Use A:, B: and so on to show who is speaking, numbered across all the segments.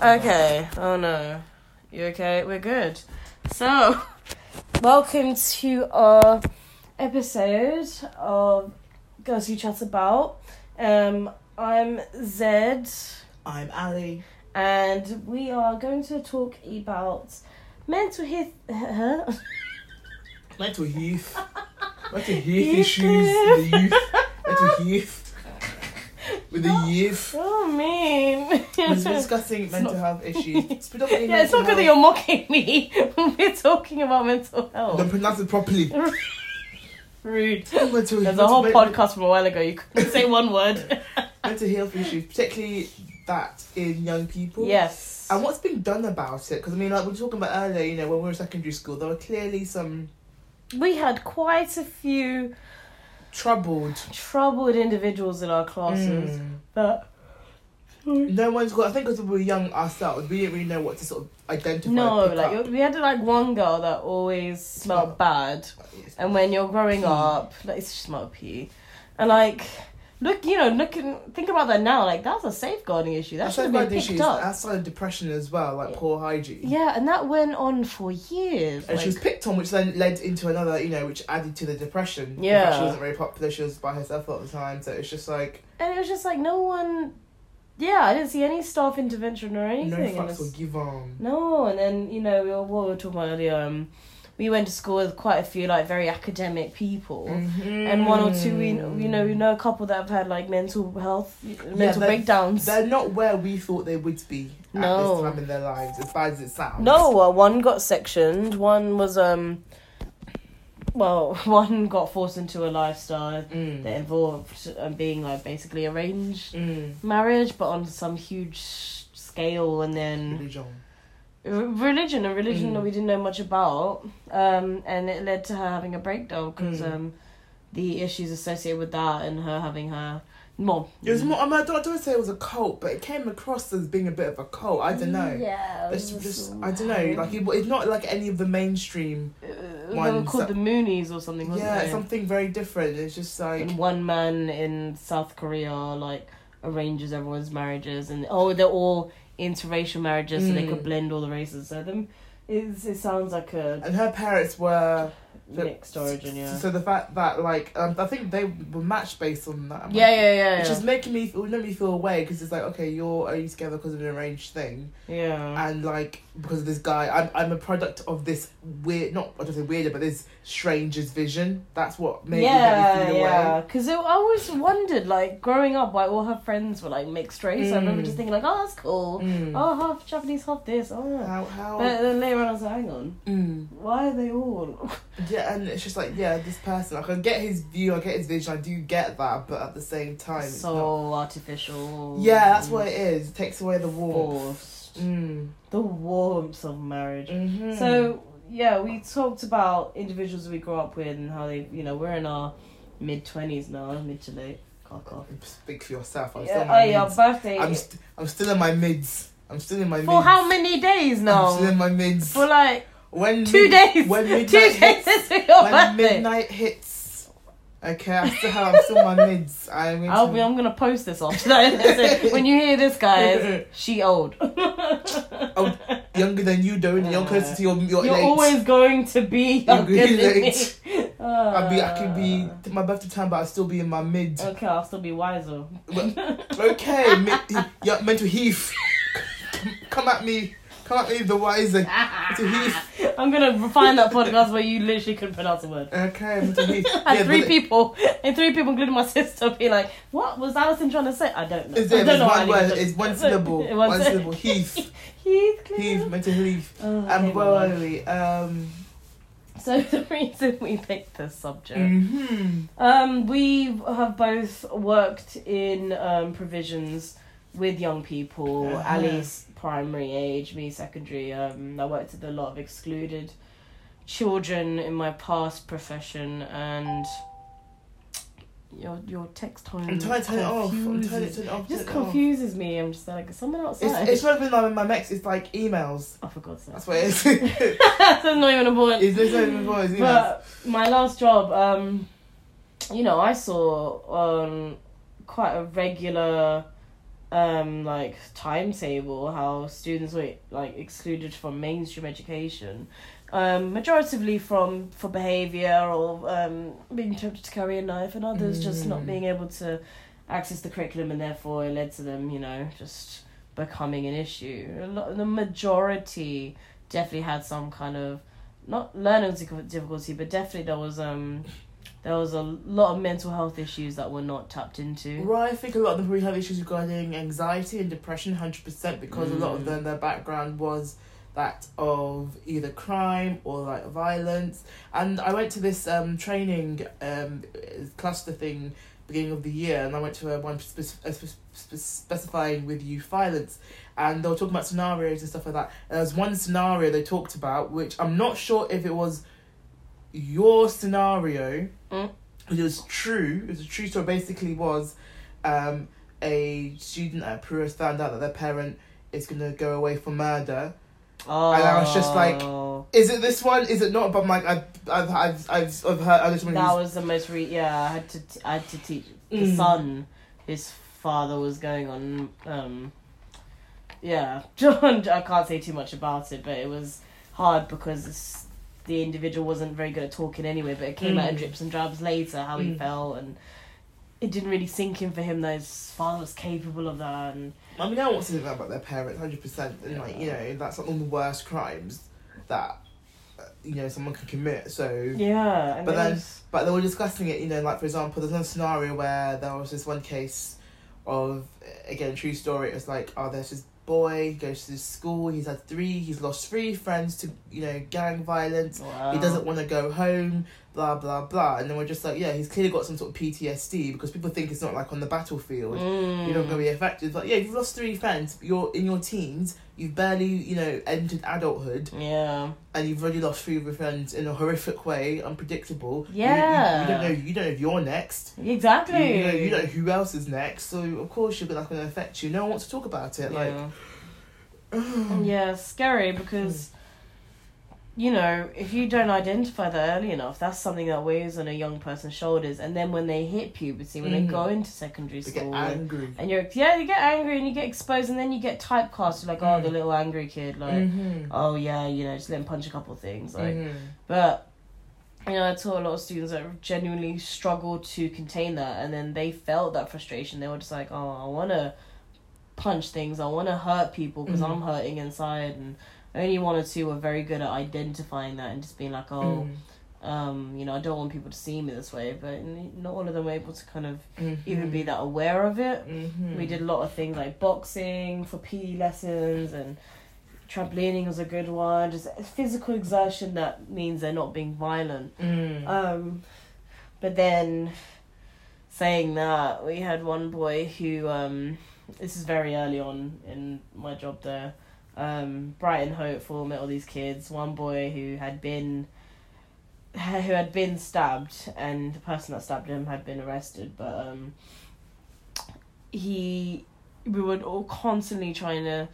A: Okay. Oh no. You okay? We're good. So, welcome to our episode of Girls Who Chat About. Um, I'm Zed,
B: I'm Ali.
A: and we are going to talk about mental health. Huh?
B: Mental youth. Mental youth issues. The youth. Mental youth. With the youth.
A: Oh, mean.
B: We're discussing mental health issues. It's predominantly
A: Yeah, it's not good
B: mental
A: that you're mocking me when we're talking about mental
B: health. Don't
A: health.
B: pronounce it properly.
A: Rude.
B: Mental
A: There's a
B: mental-
A: whole
B: men-
A: podcast from a while ago. You couldn't say one word.
B: Mental health issues, particularly that in young people.
A: yes.
B: And what's been done about it? Because I mean, like we were talking about earlier, you know, when we were in secondary school, there were clearly some
A: We had quite a few
B: troubled.
A: troubled individuals in our classes
B: Mm.
A: that.
B: No one's got. I think because we were young ourselves, we didn't really know what to sort of identify.
A: No,
B: pick
A: like
B: up.
A: we had like one girl that always smelled
B: Smelled.
A: bad,
B: Yes.
A: and when you're growing
B: Pee.
A: up, like it's just smelled pee, and like look, you know, look and think about that now. Like that's a safeguarding issue. That
B: That's
A: should have
B: like
A: been
B: blood
A: picked
B: issues.
A: up.
B: Outside of depression as well, like poor hygiene.
A: Yeah, and that went on for years.
B: And she was
A: like-
B: picked on, which then led into another, you know, which added to the depression. In fact,
A: Yeah.
B: she wasn't very popular. She was by herself a lot of the time, so it's just like
A: and it was just like no one. Yeah, I didn't see any staff intervention or
B: no
A: anything. and
B: fucks
A: it's-
B: were given.
A: No, and then you know we were what we were talking about earlier. Um, we went to school with quite a few like very academic people,
B: Mm.
A: Mm-hmm. and one or two we you know we know a couple that have had like mental health mental
B: they're-
A: breakdowns.
B: They're not where we thought they would be at
A: No.
B: this time in their lives, as bad as it sounds.
A: No, well, one got sectioned. One was um, well, one got forced into a lifestyle
B: Mm.
A: that involved um, being like basically arranged
B: Mm.
A: marriage, but on some huge scale, and then.
B: Religion.
A: R- religion, a religion
B: Mm.
A: that we didn't know much about, um, and it led to her having a breakdown because
B: Mm.
A: um, the issues associated with that and her having her mom.
B: It was more. I mean, I don't, I don't say it was a cult, but it came across as being a bit of a cult. I don't know.
A: Yeah,
B: It's just I don't know. Like it, it's not like any of the mainstream.
A: Uh, they were
B: ones
A: called the
B: that-
A: Moonies or something, wasn't
B: Yeah,
A: they?
B: it's something very different. It's just like
A: And one man in South Korea like arranges everyone's marriages, and oh, they're all interracial marriages, so they
B: Mm.
A: could blend all the races. So them, it's, it sounds like a
B: and her parents were
A: mixed origin. Yeah.
B: Uh, So the fact that like um, I think they were matched based on that. I'm
A: Yeah,
B: like,
A: yeah, yeah,
B: Which
A: yeah.
B: is making me feel, making me feel away because it's like okay, you're only together because of an arranged thing,
A: yeah.
B: and like because of this guy, I'm I'm a product of this weird, not I don't say weirder, but this stranger's vision. That's what made me
A: yeah,
B: really feel
A: yeah.
B: away.
A: Because I always wondered, like growing up, why all her friends were like mixed race. I remember
B: Mm.
A: just thinking, like, oh, that's cool.
B: Mm.
A: Oh, half Japanese, half this. Oh.
B: How how?
A: But then later on, I was like, hang on,
B: Mm.
A: why are they all?
B: Yeah, and it's just like yeah, this person. Like, I get his view, I get his vision, I do get that, but at the same time, it's
A: so
B: not-
A: artificial.
B: yeah, that's what it is. It takes away the warmth.
A: Forced.
B: Mm.
A: The warmth of marriage.
B: Mm-hmm.
A: So yeah, we talked about individuals we grew up with and how they, you know, we're in our mid twenties now, mid to late. Cock off.
B: speak for yourself. I'm still
A: Yeah,
B: in
A: oh,
B: my
A: yeah,
B: mids.
A: birthday.
B: I'm, st- I'm still in my mids. I'm still in my
A: For
B: mids.
A: how many days now?
B: I'm still in my mids.
A: For like
B: when
A: two
B: mid-
A: days.
B: When midnight
A: two days
B: hits,
A: is your
B: when
A: birthday.
B: midnight hits. Okay, I still have. I'm still in my mids. I'm. into-
A: I'll be. I'm gonna post this after that. Listen, when you hear this, guys, she old.
B: Oh, younger than you, doing. You're
A: Yeah.
B: closer to your your
A: You're
B: age.
A: always going to be
B: You're
A: younger
B: really
A: than me.
B: late.
A: Uh,
B: I'd be. I could be my birthday time, but I'd still be in my mids.
A: Ah. Okay, I'll still be wiser.
B: Okay, me- yeah, mental heath. Come- Come at me. Come at me, the wiser. Mental heath.
A: I'm gonna find that podcast where you literally couldn't pronounce a word.
B: Okay, mental heath.
A: And three
B: but-
A: people, and three people, including my sister, be like, "What was Alison trying to say? I don't know.
B: Is there
A: I don't
B: it's
A: know
B: one
A: what I
B: word?
A: need to-
B: It's one syllable.
A: It was-
B: One syllable. Heath.
A: Heathcliff.
B: Heath. Mental heath.
A: Oh, I
B: Um,
A: hate my
B: where
A: life.
B: are we? Um.
A: So the reason we picked this subject,
B: hmm
A: um, we have both worked in um, provisions with young people.
B: Uh-huh.
A: Ali's primary age, me secondary. Um, I worked with a lot of excluded children in my past profession, and your your text time.
B: I'm trying to turn it off. I'm
A: confuses-
B: trying to turn it off.
A: just
B: turn it off.
A: confuses me. I'm just like someone outside.
B: It's, it's not even like my max. It's like emails.
A: oh, for God's sake!
B: That's what it is.
A: That's not even important.
B: Is this not even voice? Emails.
A: But my last job, um, you know, I saw on quite a regular um like timetable how students were like excluded from mainstream education um majoritively from for behavior or um being tempted to carry a knife and others just not
B: Mm.
A: being able to access the curriculum and therefore it led to them you know just becoming an issue a lot the majority definitely had some kind of not learning dic- difficulty but definitely there was um there was a lot of mental health issues that were not tapped into
B: Well, I think a lot of them probably have issues regarding anxiety and depression, hundred percent, because a lot of
A: Mm.
B: them their background was that of either crime or like violence. And I went to this um training um cluster thing beginning of the year, and I went to a one spec- a spec- spec- specifying with youth violence, and they were talking about scenarios and stuff like that. And there was one scenario they talked about, which I'm not sure if it was your scenario
A: Mm.
B: it was true it was a true story basically was um a student at Peru has found out that their parent is gonna go away for murder
A: Oh.
B: And I was just like, is it this one is it not but I'm like I've I've I've, I've, I've heard other
A: that
B: someone who's
A: was the most re- yeah. I had to t- I had to teach the
B: Mm.
A: son. His father was going on. um Yeah, John. I can't say too much about it, but it was hard because s- the individual wasn't very good at talking anyway. But it came out in
B: Mm.
A: drips and drabs later how he
B: Mm.
A: felt and. It didn't really sink in for him that his father was capable of that, and
B: I mean, I want to know about their parents, hundred percent, and like you know, that's not one of the worst crimes that uh, you know someone can commit. So
A: yeah, and
B: Mm. But
A: it
B: then-
A: was-
B: But they were discussing it, you know, like for example, there's one scenario where there was this one case of, again, true story. It's like, oh, there's this boy, he goes to this school, he's had three, he's lost three friends to, you know, gang violence.
A: wow.
B: He doesn't want to go home, blah, blah, blah. And then we're just like, yeah, he's clearly got some sort of PTSD because people think it's not like on the battlefield
A: Mm.
B: you're not going to be affected. But yeah, you've lost three friends, you're in your teens, you've barely, you know, entered adulthood
A: Yeah.
B: and you've already lost three of your friends in a horrific way, unpredictable. You- you-
A: Yeah.
B: You, don't know. You don't know if you're next. You,
A: Exactly.
B: you, know, you don't know who else is next. So of course you're that's going to affect you. No one wants to talk about it. Like
A: yeah. yeah, it's scary because you know if you don't identify that early enough, that's something that weighs on a young person's shoulders, and then when they hit puberty, when they
B: Mhm.
A: go into secondary
B: they get
A: school.
B: angry.
A: and you're yeah, you get angry and you get exposed and then you get typecast. You're like, oh,
B: Mm.
A: the little angry kid, like,
B: Mhm.
A: oh yeah, you know, just let him punch a couple of things, like,
B: Mhm.
A: but you know, I taught a lot of students that genuinely struggled to contain that, and then they felt that frustration. They were just like, "Oh, I want to punch things. I want to hurt people because
B: Mhm.
A: I'm hurting inside." And only one or two were very good at identifying that and just being like, "Oh,
B: Mhm.
A: um, you know, I don't want people to see me this way." But n- not all of them were able to kind of
B: Mhm.
A: Mm-hmm. even be that aware of it.
B: Mhm.
A: We did a lot of things like boxing for PE lessons and trampolining was a good one. Just physical exertion that means they're not being violent.
B: Mm.
A: Um, but then saying that, we had one boy who um, this is very early on in my job there. Um, bright and hopeful, met all these kids. One boy who had been who had been stabbed, and the person that stabbed him had been arrested. But um, he, we were all constantly trying to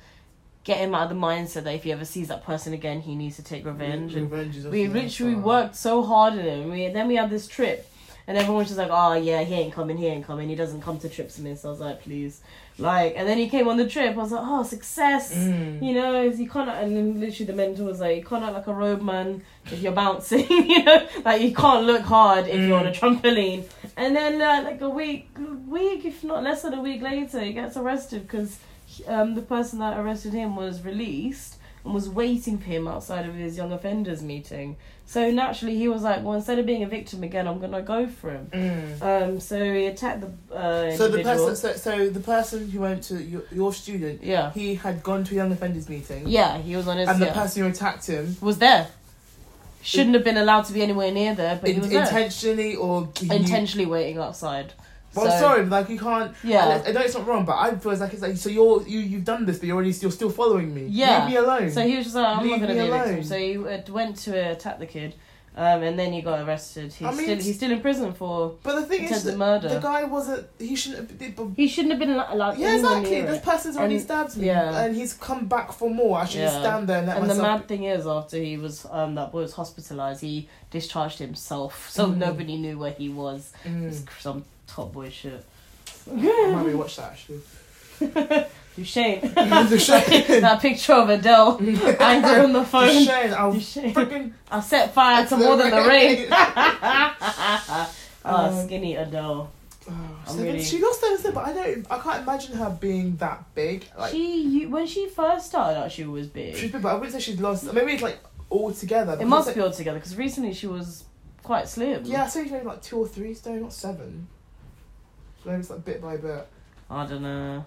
A: get him out of the mindset that if he ever sees that person again, he needs to take revenge. And
B: Revenge is
A: we
B: often the
A: literally
B: answer.
A: worked so hard on him. We then we had this trip, and everyone was just like, "Oh yeah, he ain't coming. He ain't coming. He doesn't come to trips with me." So I was like, "Please," like, and then he came on the trip. I was like, "Oh, success."
B: Mm.
A: You know, you can't, and then literally the mentor was like, you can't act like a road man if you're bouncing, you know, like you can't look hard if you're on a
B: Mm.
A: trampoline. And then, uh, like a week, week, if not less than a week later, he gets arrested because um, the person that arrested him was released and was waiting for him outside of his young offenders meeting. So naturally, he was like, well, instead of being a victim again, I'm gonna go for him.
B: Mm.
A: Um, so he attacked the uh,
B: So the
A: individual.
B: person, so, so the person who went to your, your student,
A: yeah,
B: he had gone to a young offenders meeting,
A: yeah, he was on his.
B: and the
A: yeah.
B: person who attacked him
A: was there. Shouldn't have been allowed to be anywhere near there, but he
B: in,
A: was there.
B: intentionally or he knew-
A: intentionally waiting outside.
B: Well,
A: So-
B: I'm sorry, but like you can't.
A: Yeah.
B: I know it's not wrong, but I feel like it's like so you're you you've done this, but you're already you're still following me.
A: Yeah.
B: Leave me alone.
A: So he was just like, I'm
B: Leave
A: not going
B: me
A: to be a victim.
B: alone.
A: So he uh, went to attack the kid, um, and then he got arrested. He's
B: I mean,
A: still he's still in prison for
B: but the thing is,
A: attempted
B: the,
A: murder.
B: the guy wasn't. He shouldn't. have been- but-
A: he shouldn't have been allo- allowed.
B: Yeah,
A: anywhere
B: exactly.
A: near
B: This
A: it.
B: person's already
A: And-
B: stabbed me,
A: yeah.
B: and he's come back for more. I should just
A: Yeah.
B: stand there and let
A: And the
B: myself.
A: mad thing is, after he was um, that boy was hospitalized, he discharged himself, so
B: Mm.
A: nobody knew where he was.
B: Mm.
A: It's Some top boy shit.
B: I might rewatch that actually.
A: Duchesne.
B: Duchesne.
A: that picture of Adele angry on the phone.
B: Shane, I'll
A: Duchesne.
B: freaking.
A: I set fire to more than the rain. oh,
B: Um,
A: skinny Adele.
B: Oh,
A: I'm
B: so then
A: really-
B: She lost her, but I don't. I can't imagine her being that big. Like
A: she you, when she first started out, she was
B: she's
A: big.
B: big, but I wouldn't say she's lost. Maybe it's like all together.
A: It must be all together because recently she was quite slim.
B: Yeah, I think she's maybe like two or three stone, not seven. So maybe it's like bit by bit.
A: I don't know.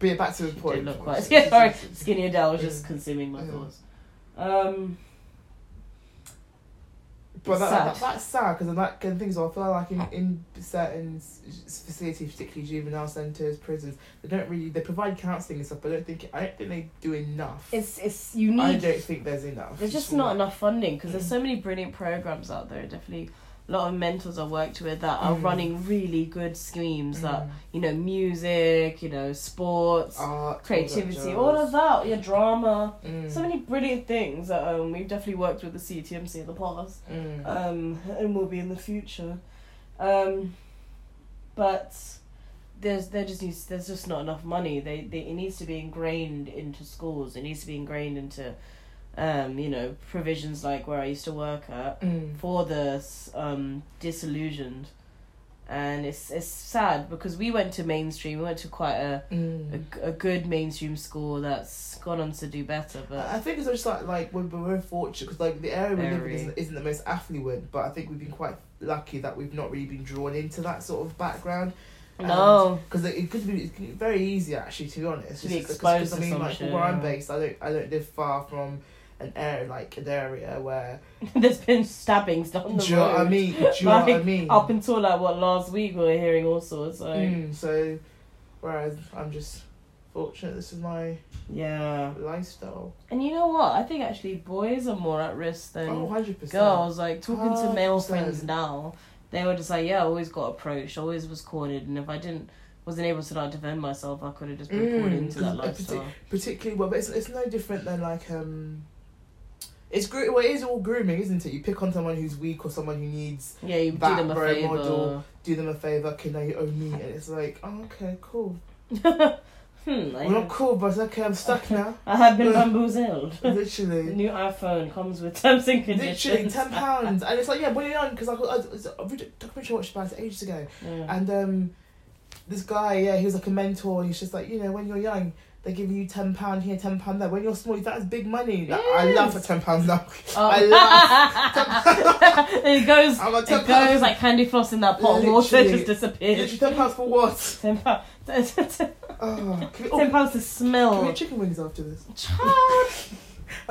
B: But yeah, back to the
A: She
B: point.
A: did look quite. Yeah, sorry. Skinny Adele was just
B: Yeah.
A: consuming my
B: Yeah.
A: thoughts. Um,
B: But that,
A: Sad.
B: that, that's sad because that kind of things. I feel like in, in certain s- s- facilities, particularly juvenile centres, prisons, they don't really they provide counselling and stuff. But I don't think I don't think they do enough.
A: it's it's you
B: I
A: need.
B: don't Mm. think there's enough.
A: There's just
B: for
A: not
B: that.
A: enough funding because there's so many brilliant programs out there. Definitely, a lot of mentors I worked with that are
B: Mm.
A: running really good schemes that
B: Mm.
A: you know, music, you know, sports,
B: art,
A: creativity, all of that, your drama,
B: that. jazz. Mm,
A: so many brilliant things that um, we've definitely worked with the CTMC in the past
B: mm.
A: um, and will be in the future. Um, but there's there just needs there's just not enough money. They, they it needs to be ingrained into schools. It needs to be ingrained into, um, you know, provisions like where I used to work at
B: Mm.
A: for the um, disillusioned, and it's it's sad because we went to mainstream. We went to quite a
B: Mm.
A: a, g- a good mainstream school that's gone on to do better,
B: I I
A: but
B: think it's just like like we're, we're fortunate because like the area we live in
A: Very.
B: isn't, isn't the most affluent, but I think we've been quite lucky that we've not really been drawn into that sort of background.
A: no.
B: because it, it could be it could be very easy actually to be honest.
A: To be
B: Just 'cause-
A: exposed
B: 'cause
A: to
B: I mean,
A: some
B: like
A: shit,
B: where I'm
A: yeah.
B: based, I don't I don't live far from an area like an area where
A: There's been stabbings
B: do
A: down
B: you
A: the
B: know
A: road.
B: what I mean? Do you know what I
A: Like,
B: mean?
A: Up until like what last week we were hearing all sorts. Like,
B: Mm, so, whereas I'm just fortunate. This is my
A: Yeah,
B: lifestyle.
A: and you know what? I think actually boys are more at risk than
B: Oh, 100 percent.
A: girls. Like talking to male
B: 100%.
A: friends now, they were just like, "Yeah, I always got approached, always was cornered, and if I didn't." Wasn't able to like defend myself. I could have just been pulled
B: Mm,
A: into that
B: 'cause a partic-
A: lifestyle.
B: particularly well, but it's, it's no different than like um, it's gro- well, it is all grooming, isn't it? You pick on someone who's weak or someone who needs
A: Yeah, you do
B: That
A: them a
B: role
A: favor.
B: model. do them a favor, can they owe me? And it's like, oh, okay, cool.
A: hmm. I,
B: We're not cool, but it's okay. I'm stuck now.
A: I have been bamboozled. The
B: Literally.
A: new iPhone comes with terms and conditions.
B: Literally ten pounds, and it's like yeah, what are you on? Because I, I, it's a vid- documentary I watched about it ages ago,
A: Yeah.
B: and um, this guy yeah, he was like a mentor, and he's just like you know when you're young, they give you ten pound here, ten pound there. When you're small, that's big money. Like, I
A: Yes.
B: laugh at ten pounds now.
A: Oh.
B: I laugh.
A: it goes.
B: I'm a
A: It
B: ten
A: goes
B: pounds.
A: like candy floss in that pot of water.
B: Literally.
A: Just disappears.
B: Literally ten pounds for what?
A: Ten pounds. Ten
B: Oh, can we, oh, can
A: pounds to
B: we
A: smell.
B: eat chicken wings after this?
A: Child,
B: I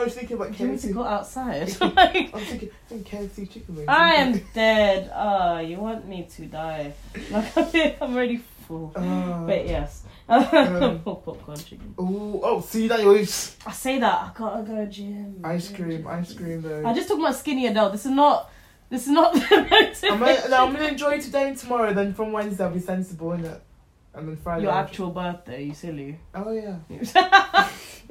B: was thinking about
A: you need to
B: KFC.
A: go outside.
B: I'm thinking, I think KFC chicken wings.
A: I am dead. Ah, you want me to die? Like I'm, I'm already full.
B: Uh,
A: But yes,
B: Um,
A: More popcorn chicken.
B: Ooh, oh, see that you always
A: I say that I gotta go gym.
B: ice
A: Gym,
B: cream,
A: gym.
B: ice cream though.
A: I just talking about skinny adult. This is not. This is not.
B: I'm gonna, no, I'm gonna enjoy today and tomorrow. Then from Wednesday, I'll be sensible in it, and then Friday.
A: Your
B: I'll-
A: actual birthday, you silly.
B: Oh yeah.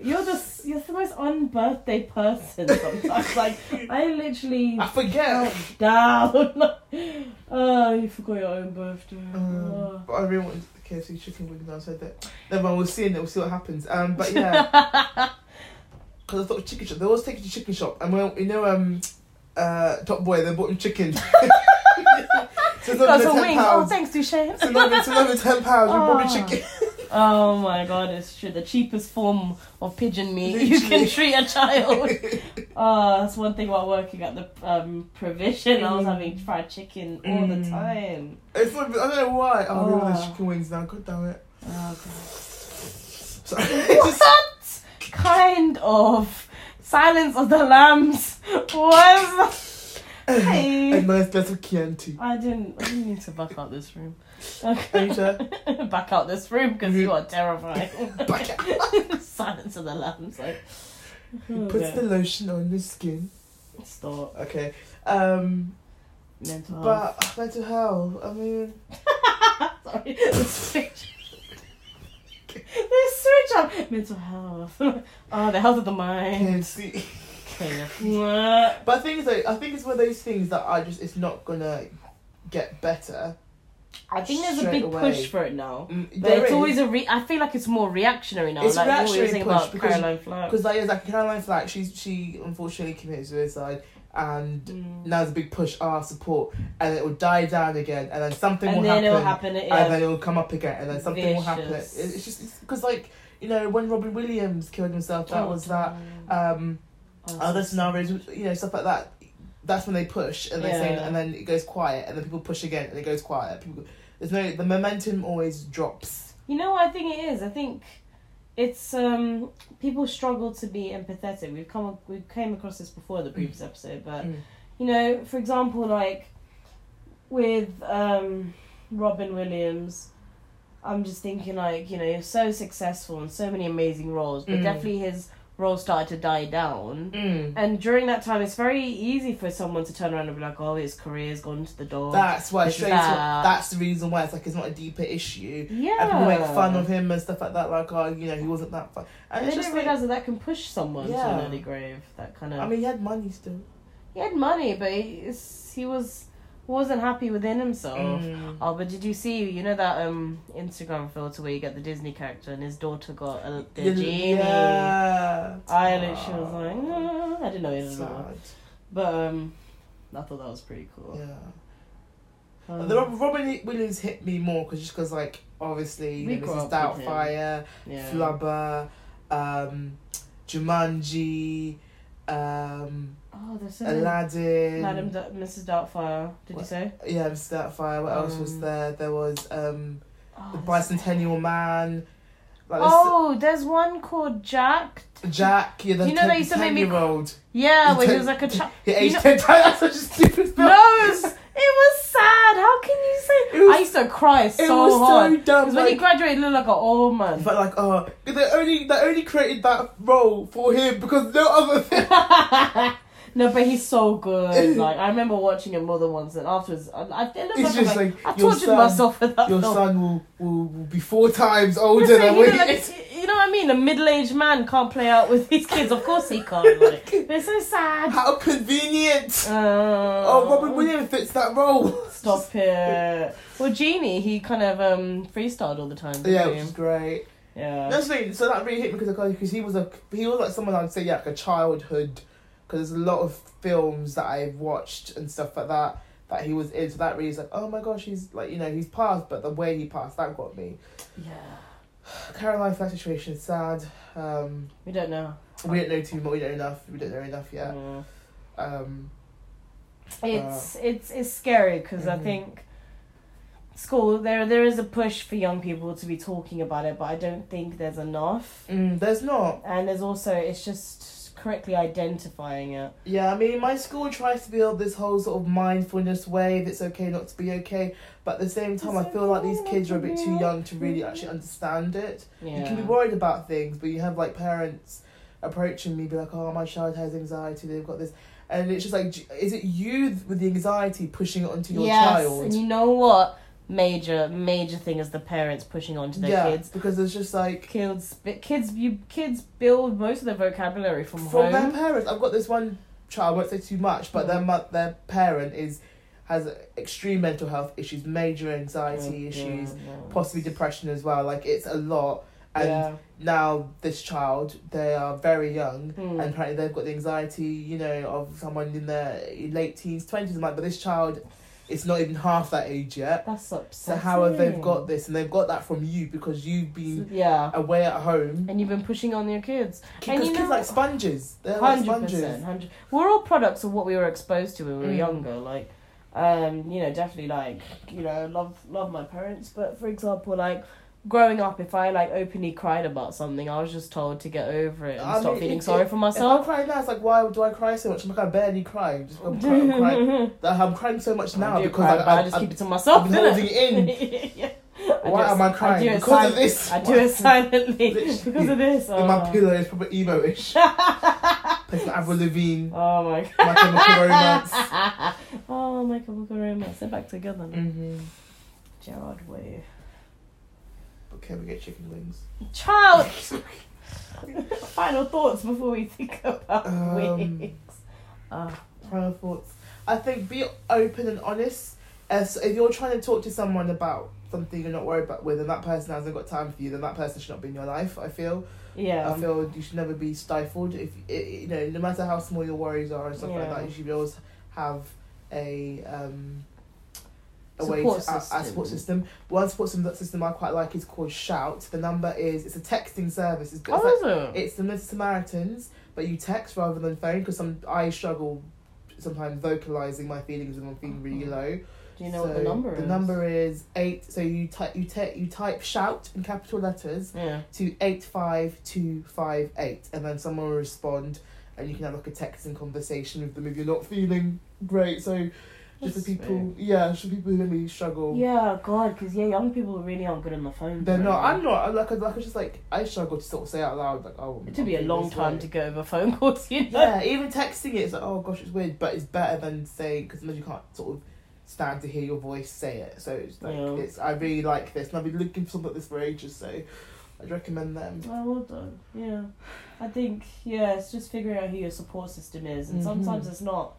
A: You're the s- you're the most on birthday person sometimes. like I literally
B: I forget,
A: down. oh, you forgot your own birthday.
B: um,
A: Oh.
B: but I really wanted KFC chicken wings. and I said that. Never mind. We'll see in it. We'll see what happens. Um, but yeah. Because I thought chicken shop. They always take you to chicken shop, and when you know, um, uh, Top Boy, they bought him chicken. so it's
A: Got
B: another
A: some
B: ten
A: wings. Oh,
B: pounds.
A: thanks, Duchesne.
B: It's another, it's another ten pounds. We bought
A: Ah.
B: me chicken.
A: Oh my god, it's true. The cheapest form of pigeon meat you can
B: Literally.
A: treat a child. oh, that's one thing while working at the um, provision. I was
B: Mm.
A: having fried chicken all the
B: Mm.
A: time.
B: It's not, I don't know why. Oh, we want the
A: Ah.
B: chicken wings now. God damn it.
A: Oh, God.
B: Sorry.
A: What kind of Silence of the Lambs was?
B: a
A: Hey,
B: nice glass of Chianti.
A: I didn't. I didn't need to back out this room. Okay.
B: Aisha,
A: back out this room because you are
B: Mm-hmm.
A: terrifying.
B: back out.
A: Silence of the Lambs, like. Oh,
B: He puts the lotion on the skin.
A: Stop.
B: Okay. Um,
A: Mental health.
B: but oh, mental health. I mean,
A: Sorry. The switch. the switch up. Mental health. oh, the health of the mind.
B: KFC.
A: Okay.
B: But I think it's like, I think it's one of those things that I just it's not gonna get better.
A: I think there's a
B: Straight
A: big
B: away.
A: push for it now.
B: Mm,
A: But
B: there
A: it's
B: is.
A: always a re. I feel like it's more reactionary now.
B: It's
A: like
B: reactionary
A: you were saying
B: push
A: about
B: because-
A: Caroline Flack.
B: Because like yeah, like Caroline Flack, she's she unfortunately committed suicide, and
A: Mm.
B: now there's a big push our support, and it will die down again, and then something
A: and
B: will
A: then
B: happen,
A: it'll happen. At,
B: and then
A: yeah.
B: it will come up again, and then something will happen. It-
A: Vicious.
B: It's just because like you know when Robin Williams killed himself, that
A: Oh,
B: was that.
A: damn.
B: Um,
A: Oh,
B: other scenarios, you know, stuff like that. That's when they push and they say,
A: Yeah.
B: and then it goes quiet, and then people push again, and it goes quiet. People, there's no the momentum always drops.
A: You know what I think it is? I think it's um people struggle to be empathetic. We've come we came across this before in the previous episode, but
B: Mm.
A: you know, for example, like with um Robin Williams, I'm just thinking like, you know, you're so successful and so many amazing roles, but
B: Mm.
A: definitely his role started to die down.
B: Mm.
A: And during that time, it's very easy for someone to turn around and be like, "Oh, his career's gone to the door."
B: That's why
A: This is
B: straight.
A: that.
B: That's the reason why it's like it's not a deeper issue.
A: yeah,
B: and people make fun of him and stuff like that. Like, oh, you know, he wasn't that fun. And
A: And they
B: it's just
A: don't
B: like,
A: realize that that can push someone to
B: Yeah.
A: an early grave. That kind of.
B: I mean, he had money still.
A: He had money, but he, it's- he was wasn't happy within himself.
B: Mm.
A: Oh, but did you see? You know that um Instagram filter where you get the Disney character, and his daughter got a, the
B: Yeah.
A: genie.
B: Yeah.
A: I literally was like,
B: Aw.
A: "Ah," I didn't know it at all.
B: Sad.
A: But um, I thought that was pretty cool.
B: Yeah.
A: Um,
B: the Rob- Robin Williams hit me more because just because like obviously
A: We
B: you know,
A: grew
B: Mrs.
A: up with him.
B: Doubtfire,
A: yeah.
B: Flubber, um, Jumanji, um,
A: Oh, there's so many.
B: Aladdin.
A: Madam, D- Mrs. Doubtfire. Did
B: What?
A: you say?
B: yeah, Mrs. Doubtfire. What else was
A: Um,
B: there? There was um,
A: Oh,
B: the
A: there's so-
B: Bicentennial Man. Like there's-
A: Oh, there's one called Jack.
B: Jack, yeah, the
A: You know they used to make me-
B: year old.
A: Yeah,
B: He's
A: where he
B: ten-
A: was like a child.
B: Yeah,
A: You
B: age
A: know-
B: ten. That's such a stupid.
A: No, it was, it was sad. How can you say?
B: It was-
A: I used to cry so
B: it was
A: hard.
B: so dumb.
A: Because when he
B: Like,
A: graduated, he looked like an old man.
B: but like, oh, 'cause they only they only created that role for him because no other thing.
A: no, but he's so good. Like I remember watching him more than once, and afterwards, I, I it looked
B: It's
A: like, I'm like,
B: just like,
A: I
B: your
A: tortured
B: son-
A: myself for that.
B: Your
A: film.
B: son will, will, will be four times
A: I'm
B: older
A: just saying,
B: than
A: he
B: we.
A: looked like- you know what I mean? A middle-aged man can't play out with these kids. Of course he can't. Like, they're so sad.
B: How convenient!
A: oh,
B: Oh, Robin Williams fits that role.
A: Stop it. Well, Genie, he kind of um freestyled all the time. didn't
B: Yeah,
A: he?
B: which is great.
A: yeah.
B: That's really, so that really hit me because because he was a he was like someone I'd say yeah like a childhood because there's a lot of films that I've watched and stuff like that that he was in so that really is like oh my gosh he's like you know he's passed but the way he passed that got me.
A: yeah.
B: Caroline Flack situation is sad. Um,
A: We don't know.
B: we don't know too much. We don't know enough. We don't know enough yet.
A: Mm.
B: Um, Uh,
A: It's it's it's scary because I
B: Mhm.
A: think school there there is a push for young people to be talking about it, but I don't think there's enough.
B: mm, there's not
A: And there's also it's just correctly identifying it.
B: Yeah, I mean, my school tries to build this whole sort of mindfulness wave. It's okay not to be okay, but at the same time,
A: It's
B: I feel like
A: okay
B: these
A: not
B: kids
A: to
B: are a bit
A: be
B: too young to really
A: okay.
B: actually understand it.
A: Yeah.
B: You can be worried about things, but you have like parents approaching me, be like, "Oh, my child has anxiety. They've got this," and it's just like, j- is it you with the anxiety pushing it onto your
A: yes, and
B: child?
A: you know what? Major major thing is the parents pushing onto their
B: yeah,
A: kids.
B: because it's just like
A: Kids, kids, you kids build most of their vocabulary from, home. Mm.
B: from their parents. I've got this one child. I won't say too much, but their mo- their parent is has extreme mental health issues, major anxiety
A: Oh,
B: issues.
A: goodness.
B: possibly depression as well. Like it's a lot. And
A: Yeah.
B: now this child, they are very young,
A: Mm.
B: and apparently they've got the anxiety, you know, of someone in their late teens, twenties. Like, but this child, it's not even half that age yet.
A: That's
B: So
A: upsetting.
B: how have they've got this, and they've got that from you because you've been
A: Yeah.
B: away at home.
A: And you've been pushing on your kids.
B: Because
A: you
B: kids
A: know-
B: like sponges. They're like
A: Hundred percent.
B: sponges.
A: Hundred. We're all products of what we were exposed to when we were
B: Mm.
A: younger. Like, um, you know, definitely like, you know, love love my parents. But for example, like growing up, if I like openly cried about something, I was just told to get over it and
B: I
A: stop
B: mean,
A: feeling
B: it-
A: sorry for
B: If I
A: myself.
B: cry now, it's like why do I cry so much? I'm like I barely cry. Just, I'm, crying, I'm, crying. I'm crying so much now
A: I do
B: because
A: cry,
B: I,
A: but I,
B: I,
A: just
B: I,
A: keep it to
B: I've
A: myself.
B: been
A: innit?
B: holding it in.
A: yeah. I
B: Why
A: do it-
B: am I
A: I do
B: crying?
A: it
B: Because of
A: silent-
B: this.
A: I do it silently
B: Literally.
A: because of this.
B: And my
A: Oh.
B: pillow is probably emo-ish. Plays like Avril Lavigne,
A: Oh my god.
B: My Chemical Romance.
A: oh, my chemical romance. They're back together now.
B: Mm-hmm.
A: Gerard Way.
B: But can we get chicken wings?
A: Child! Final thoughts before we think about
B: Um,
A: wigs. Oh,
B: Final thoughts. I think be open and honest. Uh, so if you're trying to talk to someone about something you're not worried about with, and that person hasn't got time for you, then that person should not be in your life. I feel.
A: Yeah.
B: I feel you should never be stifled. If you know, no matter how small your worries are and stuff like
A: Yeah.
B: that, you should always have a um, a way
A: Support
B: to, A, a
A: system.
B: support system. One support system, system I quite like is called Shout. The number is it's a texting service. It's, it's like-
A: oh, is it?
B: it's similar to Samaritans, but you text rather than phone because some I struggle sometimes vocalizing my feelings when I'm feeling really
A: Mhm.
B: low.
A: Do you know what
B: So
A: the number is?
B: The number is eight. So you type you type you type shout in capital letters
A: Yeah.
B: to eight five two five eight, and then someone will respond, and you can have like a texting conversation with them if you're not feeling great. So. Just
A: That's
B: for people, yeah, just for people who really struggle.
A: Yeah, God, because yeah, young people really aren't good on the phone.
B: They're
A: right
B: not.
A: now.
B: I'm not. I'm like, I'm like, it's just like I struggle to sort of say out loud, like, oh.
A: It took me a
B: I'm
A: long
B: this
A: time
B: way.
A: to get over phone calls, you know.
B: Yeah, even texting it, it's like, oh gosh, it's weird, but it's better than saying because sometimes you can't sort of stand to hear your voice say it. So it's like,
A: Yeah.
B: it's I really like this, and I've been looking for something like this for ages. So I'd recommend them.
A: Well, well done. Yeah. I think, yeah, it's just figuring out who your support system is. And
B: Mhm.
A: sometimes it's not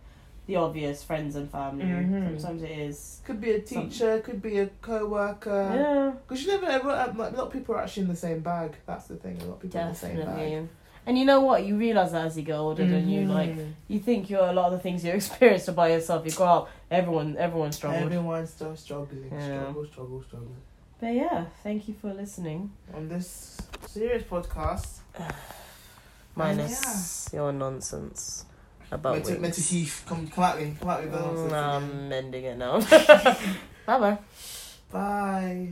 A: the obvious friends and family.
B: Mhm.
A: Sometimes it is.
B: Could be a teacher, could be a co-worker.
A: yeah,
B: Because you never know. A lot of people are actually in the same bag. That's the thing. A lot of people are in the same bag.
A: definitely. Mm-hmm. And you know what? You realise that as you get older, don't you? Like,
B: Mhm.
A: you think you're a lot of the things you experience are by yourself. You go out, everyone, everyone struggled.
B: everyone's still struggling,
A: Yeah.
B: struggle, struggle, struggle.
A: But yeah, thank you for listening.
B: On this serious podcast,
A: Minus your nonsense about
B: Mental,
A: wigs.
B: mental heath, come, come at me, come at me. with the
A: Mm,
B: nonsense again.
A: I'm ending it now. bye bye.
B: Bye.